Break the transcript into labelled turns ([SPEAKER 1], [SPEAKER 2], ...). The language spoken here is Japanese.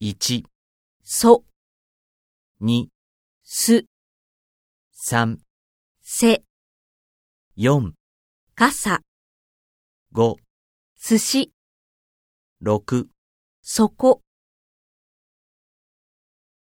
[SPEAKER 1] 1、
[SPEAKER 2] そ、
[SPEAKER 1] 2、
[SPEAKER 2] す、
[SPEAKER 1] 3、
[SPEAKER 2] せ、
[SPEAKER 1] 4、
[SPEAKER 2] 傘、
[SPEAKER 1] 5、
[SPEAKER 2] 寿司、
[SPEAKER 1] 6
[SPEAKER 2] そこ。